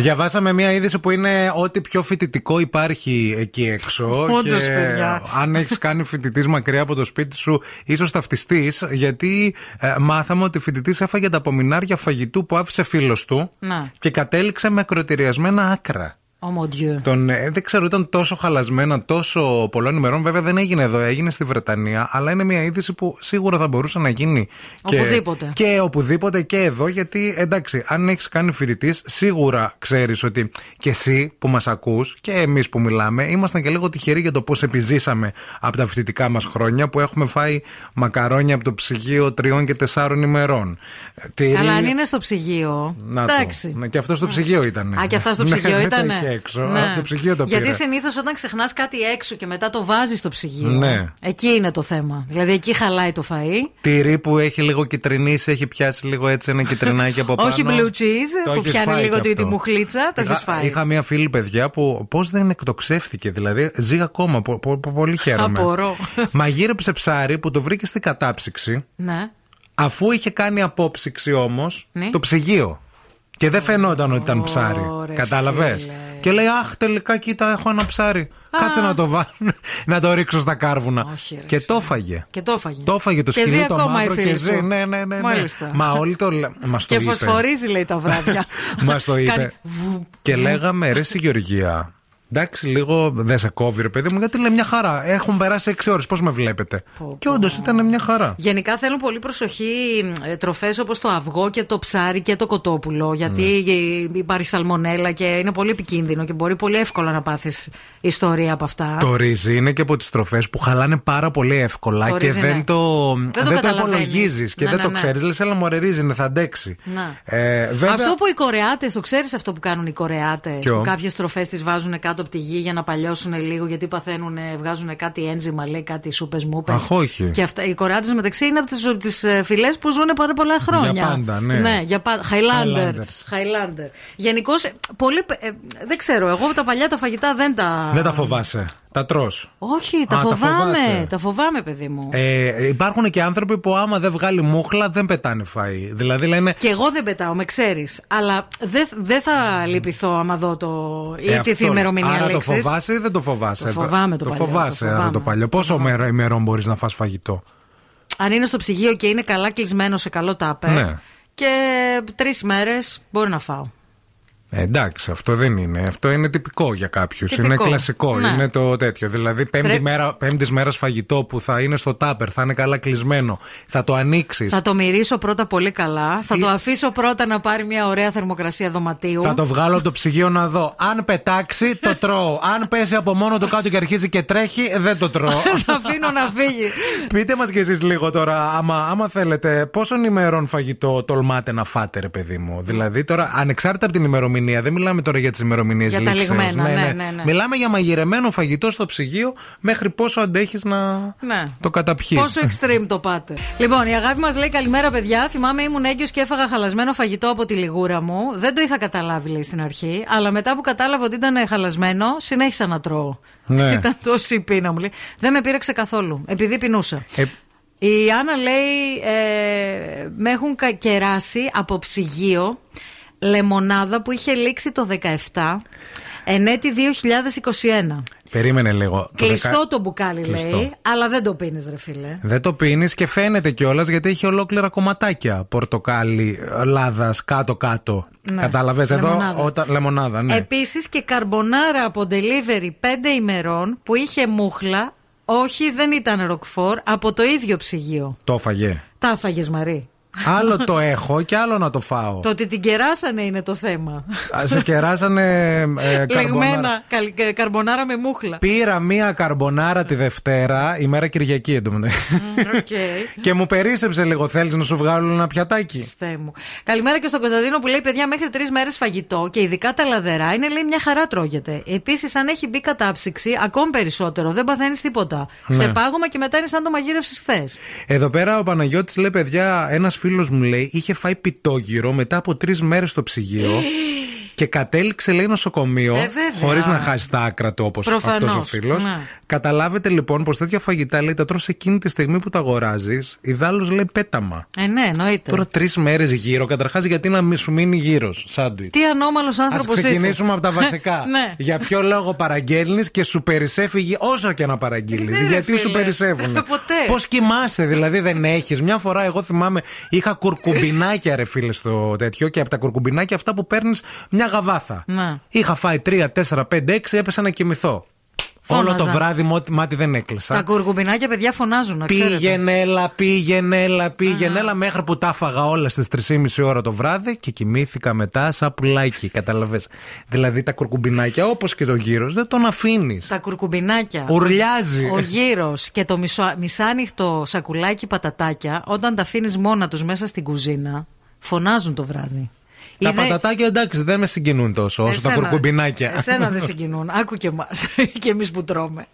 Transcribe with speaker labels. Speaker 1: Διαβάσαμε μια είδηση που είναι ό,τι πιο φοιτητικό υπάρχει εκεί έξω.
Speaker 2: Όντως, παιδιά.
Speaker 1: Αν έχεις κάνει φοιτητής μακριά από το σπίτι σου, ίσως ταυτιστείς, γιατί ε, μάθαμε ότι φοιτητής έφαγε τα απομεινάρια φαγητού που άφησε φίλος του
Speaker 2: Ναι.
Speaker 1: και κατέληξε με ακροτηριασμένα άκρα.
Speaker 2: Oh mon Dieu.
Speaker 1: Τον, ε, δεν ξέρω, ήταν τόσο χαλασμένα, τόσο πολλών ημερών. Βέβαια δεν έγινε εδώ, έγινε στη Βρετανία. Αλλά είναι μια είδηση που σίγουρα θα μπορούσε να γίνει.
Speaker 2: Οπουδήποτε.
Speaker 1: Και, και οπουδήποτε και εδώ, γιατί εντάξει, αν έχεις κάνει φοιτητής, σίγουρα ξέρεις ότι και εσύ που μας ακούς και εμείς που μιλάμε, ήμασταν και λίγο τυχεροί για το πώς επιζήσαμε από τα φοιτητικά μας χρόνια που έχουμε φάει μακαρόνια από το ψυγείο τριών και τεσσάρων ημερών. Ε, Τυρί...
Speaker 2: Καλά, αν είναι στο ψυγείο.
Speaker 1: Να το.
Speaker 2: εντάξει.
Speaker 1: Ναι, Και αυτό στο ψυγείο ήταν.
Speaker 2: Α, και αυτά στο ψυγείο
Speaker 1: ναι,
Speaker 2: ήταν.
Speaker 1: Δεν τα είχε έξω. Από το ψυγείο τα
Speaker 2: Γιατί
Speaker 1: πήρε.
Speaker 2: συνήθως όταν ξεχνάς κάτι έξω και μετά το βάζεις στο ψυγείο.
Speaker 1: Ναι.
Speaker 2: Εκεί είναι το θέμα. Δηλαδή εκεί χαλάει το φαΐ
Speaker 1: Τυρί που έχει λίγο κυτρινήσει, έχει πιάσει λίγο έτσι ένα κυτρινάκι από πάνω.
Speaker 2: Όχι blue cheese
Speaker 1: Το
Speaker 2: που
Speaker 1: έχεις
Speaker 2: πιάνει
Speaker 1: φάει
Speaker 2: λίγο
Speaker 1: κι
Speaker 2: τη, τη
Speaker 1: αυτό.
Speaker 2: μουχλίτσα. Το
Speaker 1: Είχα-
Speaker 2: έχεις φάει.
Speaker 1: Είχα μία φίλη παιδιά που πώς δεν εκτοξεύτηκε, δηλαδή ζει ακόμα. Πο, πο- πο- πολύ χαίρομαι.
Speaker 2: Απορώ.
Speaker 1: Μαγείρεψε ψάρι που το βρήκες στην κατάψυξη,
Speaker 2: Ναι.
Speaker 1: αφού είχε κάνει απόψυξη όμως
Speaker 2: Ναι.
Speaker 1: το ψυγείο. Και δεν φαινόταν ότι ήταν ψάρι.
Speaker 2: Ωρε,
Speaker 1: Κατάλαβες.
Speaker 2: φίλε.
Speaker 1: Και λέει, Αχ, τελικά κοίτα, έχω ένα ψάρι. Κάτσε να το βάλω, να το ρίξω στα κάρβουνα.
Speaker 2: Όχι, ρε,
Speaker 1: και
Speaker 2: εσύ.
Speaker 1: το έφαγε.
Speaker 2: Και το έφαγε.
Speaker 1: Το έφαγε το
Speaker 2: Και ζει
Speaker 1: σκυλί το
Speaker 2: ακόμα η
Speaker 1: μαύρο
Speaker 2: φίλη
Speaker 1: και ζει.
Speaker 2: σου.
Speaker 1: Ναι, ναι, ναι. ναι.
Speaker 2: Μάλιστα.
Speaker 1: Μα όλοι το λέ- μας το
Speaker 2: Και
Speaker 1: είπε.
Speaker 2: φωσφορίζει, λέει, τα βράδια.
Speaker 1: Μας το είπε.
Speaker 2: Κάνει βου-
Speaker 1: και λέγαμε, ρε στη Γεωργία. Εντάξει, λίγο δεν σε κόβει, ρε παιδί μου, γιατί λέει μια χαρά. Έχουν περάσει 6 ώρες. Πώς με βλέπετε. Και όντως ήταν μια χαρά.
Speaker 2: Γενικά θέλουν πολύ προσοχή τροφές όπως το αυγό και το ψάρι και το κοτόπουλο. Γιατί ε, υπάρχει σαλμονέλα και είναι πολύ επικίνδυνο και μπορεί πολύ εύκολα να πάθεις ιστορία από αυτά.
Speaker 1: Το ρύζι είναι και από τις τροφές που χαλάνε πάρα πολύ εύκολα
Speaker 2: Το
Speaker 1: και
Speaker 2: ρύζι, ναι.
Speaker 1: δεν το,
Speaker 2: Δεν το καταλαβαίνεις.
Speaker 1: υπολογίζεις και
Speaker 2: Ναι,
Speaker 1: δεν
Speaker 2: ναι,
Speaker 1: το
Speaker 2: ναι.
Speaker 1: ξέρεις. Λες, έλα μωρέ ρύζι, είναι, θα αντέξει.
Speaker 2: Να.
Speaker 1: Ε, βέβαια,
Speaker 2: Αυτό που οι Κορεάτες, το ξέρεις αυτό που κάνουν οι Κορεάτες.
Speaker 1: Ποιο?
Speaker 2: Που κάποιες τροφές τις βάζουν κάτω από τη γη για να παλιώσουν λίγο, γιατί παθαίνουν, βγάζουν κάτι ένζημα, λέει κάτι σούπες μούπες.
Speaker 1: Αχ, όχι.
Speaker 2: Και αυτά, οι Κορεάτε μεταξύ είναι από τις φυλές που ζουν πάρα πολλά χρόνια.
Speaker 1: πάντα, ναι.
Speaker 2: για πάντα. Χαϊλάντερ.
Speaker 1: Highlanders.
Speaker 2: Χαϊλάντερ. Γενικώ, πολύ. ε, ε, δεν ξέρω, εγώ τα παλιά τα φαγητά δεν τα.
Speaker 1: δεν τα φοβάσαι. Τα τρώ.
Speaker 2: Όχι, τα
Speaker 1: Α, τα
Speaker 2: φοβάμαι.
Speaker 1: φοβάσαι.
Speaker 2: Τα φοβάμαι, παιδί μου.
Speaker 1: Ε, υπάρχουν και άνθρωποι που άμα δεν βγάλει μούχλα δεν πετάνε φαΐ. Δηλαδή λένε
Speaker 2: Και εγώ δεν πετάω, με ξέρεις. Αλλά δεν δεν θα λυπηθώ άμα δω το. ή
Speaker 1: Ε,
Speaker 2: τη
Speaker 1: αυτό.
Speaker 2: ημερομηνία
Speaker 1: Άρα το
Speaker 2: λέξης.
Speaker 1: φοβάσαι ή δεν το φοβάσαι.
Speaker 2: Το φοβάμαι το
Speaker 1: το
Speaker 2: παλιό,
Speaker 1: φοβάσαι,
Speaker 2: το
Speaker 1: άρα
Speaker 2: φοβάμαι.
Speaker 1: το παλιό. Πόσο μέρα ημερών μπορείς να φας φαγητό.
Speaker 2: Αν είναι στο ψυγείο και είναι καλά κλεισμένο σε καλό τάπερ.
Speaker 1: Ναι.
Speaker 2: Και τρεις μέρες μπορεί να φάω.
Speaker 1: Ε, εντάξει, αυτό δεν είναι. Αυτό είναι τυπικό για κάποιους.
Speaker 2: Τυπικό.
Speaker 1: Είναι κλασικό.
Speaker 2: Ναι.
Speaker 1: Είναι το τέτοιο. Δηλαδή, πέμπτη
Speaker 2: Πρέπει-
Speaker 1: μέρα, πέμπτης μέρας φαγητό που θα είναι στο τάπερ, θα είναι καλά κλεισμένο, θα το ανοίξεις.
Speaker 2: Θα το μυρίσω πρώτα πολύ καλά. Θα
Speaker 1: Τι-
Speaker 2: το αφήσω πρώτα να πάρει μια ωραία θερμοκρασία δωματίου.
Speaker 1: Θα το βγάλω από το ψυγείο να δω. Αν πετάξει, το τρώω. Αν πέσει από μόνο του κάτω και αρχίζει και τρέχει, δεν το τρώω.
Speaker 2: Θα αφήνω να φύγει.
Speaker 1: Πείτε μας κι εσείς λίγο τώρα, άμα, άμα θέλετε, πόσων ημερών φαγητό τολμάτε να φάτε, ρε παιδί μου. Δηλαδή τώρα, ανεξάρτητα από την ημερομηνία, δεν μιλάμε τώρα για τις ημερομηνίες
Speaker 2: Για τα λιγμένα, ναι, ναι, ναι.
Speaker 1: Μιλάμε για μαγειρεμένο φαγητό στο ψυγείο μέχρι πόσο αντέχεις να
Speaker 2: Ναι.
Speaker 1: το καταπιείς.
Speaker 2: Πόσο extreme το πάτε. λοιπόν, η αγάπη μας λέει καλημέρα, παιδιά. Θυμάμαι ήμουν έγκυος και έφαγα χαλασμένο φαγητό από τη λιγούρα μου. Δεν το είχα καταλάβει, λέει στην αρχή. Αλλά μετά που κατάλαβα ότι ήταν χαλασμένο, συνέχισα να τρώω.
Speaker 1: Ναι.
Speaker 2: Ήταν τόση η πείνα μου. Λέει. Δεν με πήραξε καθόλου, επειδή πεινούσα.
Speaker 1: Ε,
Speaker 2: Η Άννα λέει ε, Με έχουν κα- κεράσει από ψυγείο Λεμονάδα που είχε λήξει το 17 Εν έτη 2021
Speaker 1: περίμενε λίγο. Το
Speaker 2: Κλειστό
Speaker 1: δεκα-
Speaker 2: το μπουκάλι
Speaker 1: Κλειστό.
Speaker 2: λέει Αλλά δεν το πίνεις ρε φίλε
Speaker 1: Δεν το πίνεις και φαίνεται κιόλας γιατί έχει ολόκληρα κομματάκια. Πορτοκάλι, λάδας, κάτω-κάτω.
Speaker 2: Ναι.
Speaker 1: Κατάλαβες εδώ.
Speaker 2: Λεμονάδα. Ε-
Speaker 1: Όταν... Λεμονάδα, ναι.
Speaker 2: Επίσης και καρμπονάρα από delivery 5 ημερών Που είχε μούχλα Όχι δεν ήταν ροκφόρ Από το ίδιο ψυγείο
Speaker 1: Το φαγε.
Speaker 2: Τα έφαγες Μαρή
Speaker 1: Άλλο το έχω και άλλο να το φάω.
Speaker 2: Το ότι την κεράσανε είναι το θέμα
Speaker 1: Α, Σε κεράσανε ε, καρμπονάρα.
Speaker 2: Λεγμένα καλ- κα- καρμπονάρα με μούχλα
Speaker 1: Πήρα μία καρμπονάρα τη Δευτέρα, ημέρα Κυριακή εντωμεταξύ.
Speaker 2: Οκ.
Speaker 1: και μου περίσεψε λίγο. Θέλεις να σου βγάλω ένα πιατάκι.
Speaker 2: Χριστέ μου. Καλημέρα και στον Κωνσταντίνο που λέει: Παιδιά, μέχρι τρεις μέρες φαγητό και ειδικά τα λαδερά είναι λέει μια χαρά τρώγεται. Επίσης, αν έχει μπει κατάψυξη, ακόμη περισσότερο. Δεν παθαίνεις τίποτα.
Speaker 1: Ναι.
Speaker 2: Σε πάγωμα και μετά είναι σαν το μαγείρευσε χθες.
Speaker 1: Εδώ πέρα ο Παναγιώτης λέει: Παιδιά, ένας φίλος μου λέει είχε φάει πιτόγυρο μετά από τρεις μέρες στο ψυγείο. Και κατέληξε, λέει, νοσοκομείο.
Speaker 2: Ε, βέβαια.
Speaker 1: Χωρίς να χάσει τα άκρα του όπως
Speaker 2: Προφανώς.
Speaker 1: αυτός ο φίλος.
Speaker 2: Ναι.
Speaker 1: Καταλάβετε λοιπόν πως τέτοια φαγητά, λέει, τα τρως εκείνη τη στιγμή που τα αγοράζεις. Ιδάλω, λέει, πέταμα.
Speaker 2: Ε, ναι, εννοείται.
Speaker 1: Τώρα τρεις μέρες γύρω. Καταρχάς, γιατί να μη σου μείνει γύρω, σάντουιτ.
Speaker 2: Τι ανώμαλος
Speaker 1: Α
Speaker 2: άνθρωπο είσαι.
Speaker 1: ξεκινήσουμε από τα βασικά.
Speaker 2: ναι.
Speaker 1: Για ποιο λόγο παραγγέλνεις και σου περισσεύει γη- όσο και να παραγγείλεις.
Speaker 2: Ναι, ρε
Speaker 1: γιατί σου
Speaker 2: φίλε.
Speaker 1: περισσεύουν.
Speaker 2: Ποτέ.
Speaker 1: Πώς κοιμάσαι, δηλαδή δεν έχεις. Μια φορά, εγώ θυμάμαι, είχα κουρκουμπινάκια ρε φίλε στο τέτοιο και από τα κουρκουμπινάκια αυτά που παίρνεις μια γαβάθα.
Speaker 2: Ναι.
Speaker 1: Είχα φάει 3, 4, 5, 6, έπεσα να κοιμηθώ. Όλο το
Speaker 2: Φώναζα.
Speaker 1: βράδυ μάτι- μάτι δεν έκλεισα.
Speaker 2: Τα κουρκουμπινάκια παιδιά φωνάζουν, να ξέρετε.
Speaker 1: Πήγαινε, έλα, πήγαινε, έλα, πήγαινε, έλα, μέχρι που τα φάγα όλα στι 3.30 ώρα το βράδυ και κοιμήθηκα μετά σαν πουλάκι. Καταλαβέ. δηλαδή τα κουρκουμπινάκια, όπως και το γύρος, δεν τον αφήνεις.
Speaker 2: Τα κουρκουμπινάκια.
Speaker 1: Ουρλιάζει.
Speaker 2: Ο γύρος και το μισο, μισάνυχτο σακουλάκι πατατάκια, όταν τα αφήνεις μόνα τους μέσα στην κουζίνα, φωνάζουν το βράδυ.
Speaker 1: Τα
Speaker 2: Είδε-
Speaker 1: πατατάκια εντάξει δεν με συγκινούν τόσο όσο τα
Speaker 2: Εσένα-
Speaker 1: κουρκουμπινάκια.
Speaker 2: Εσένα δεν συγκινούν. Άκου και εμάς. και εμείς που τρώμε.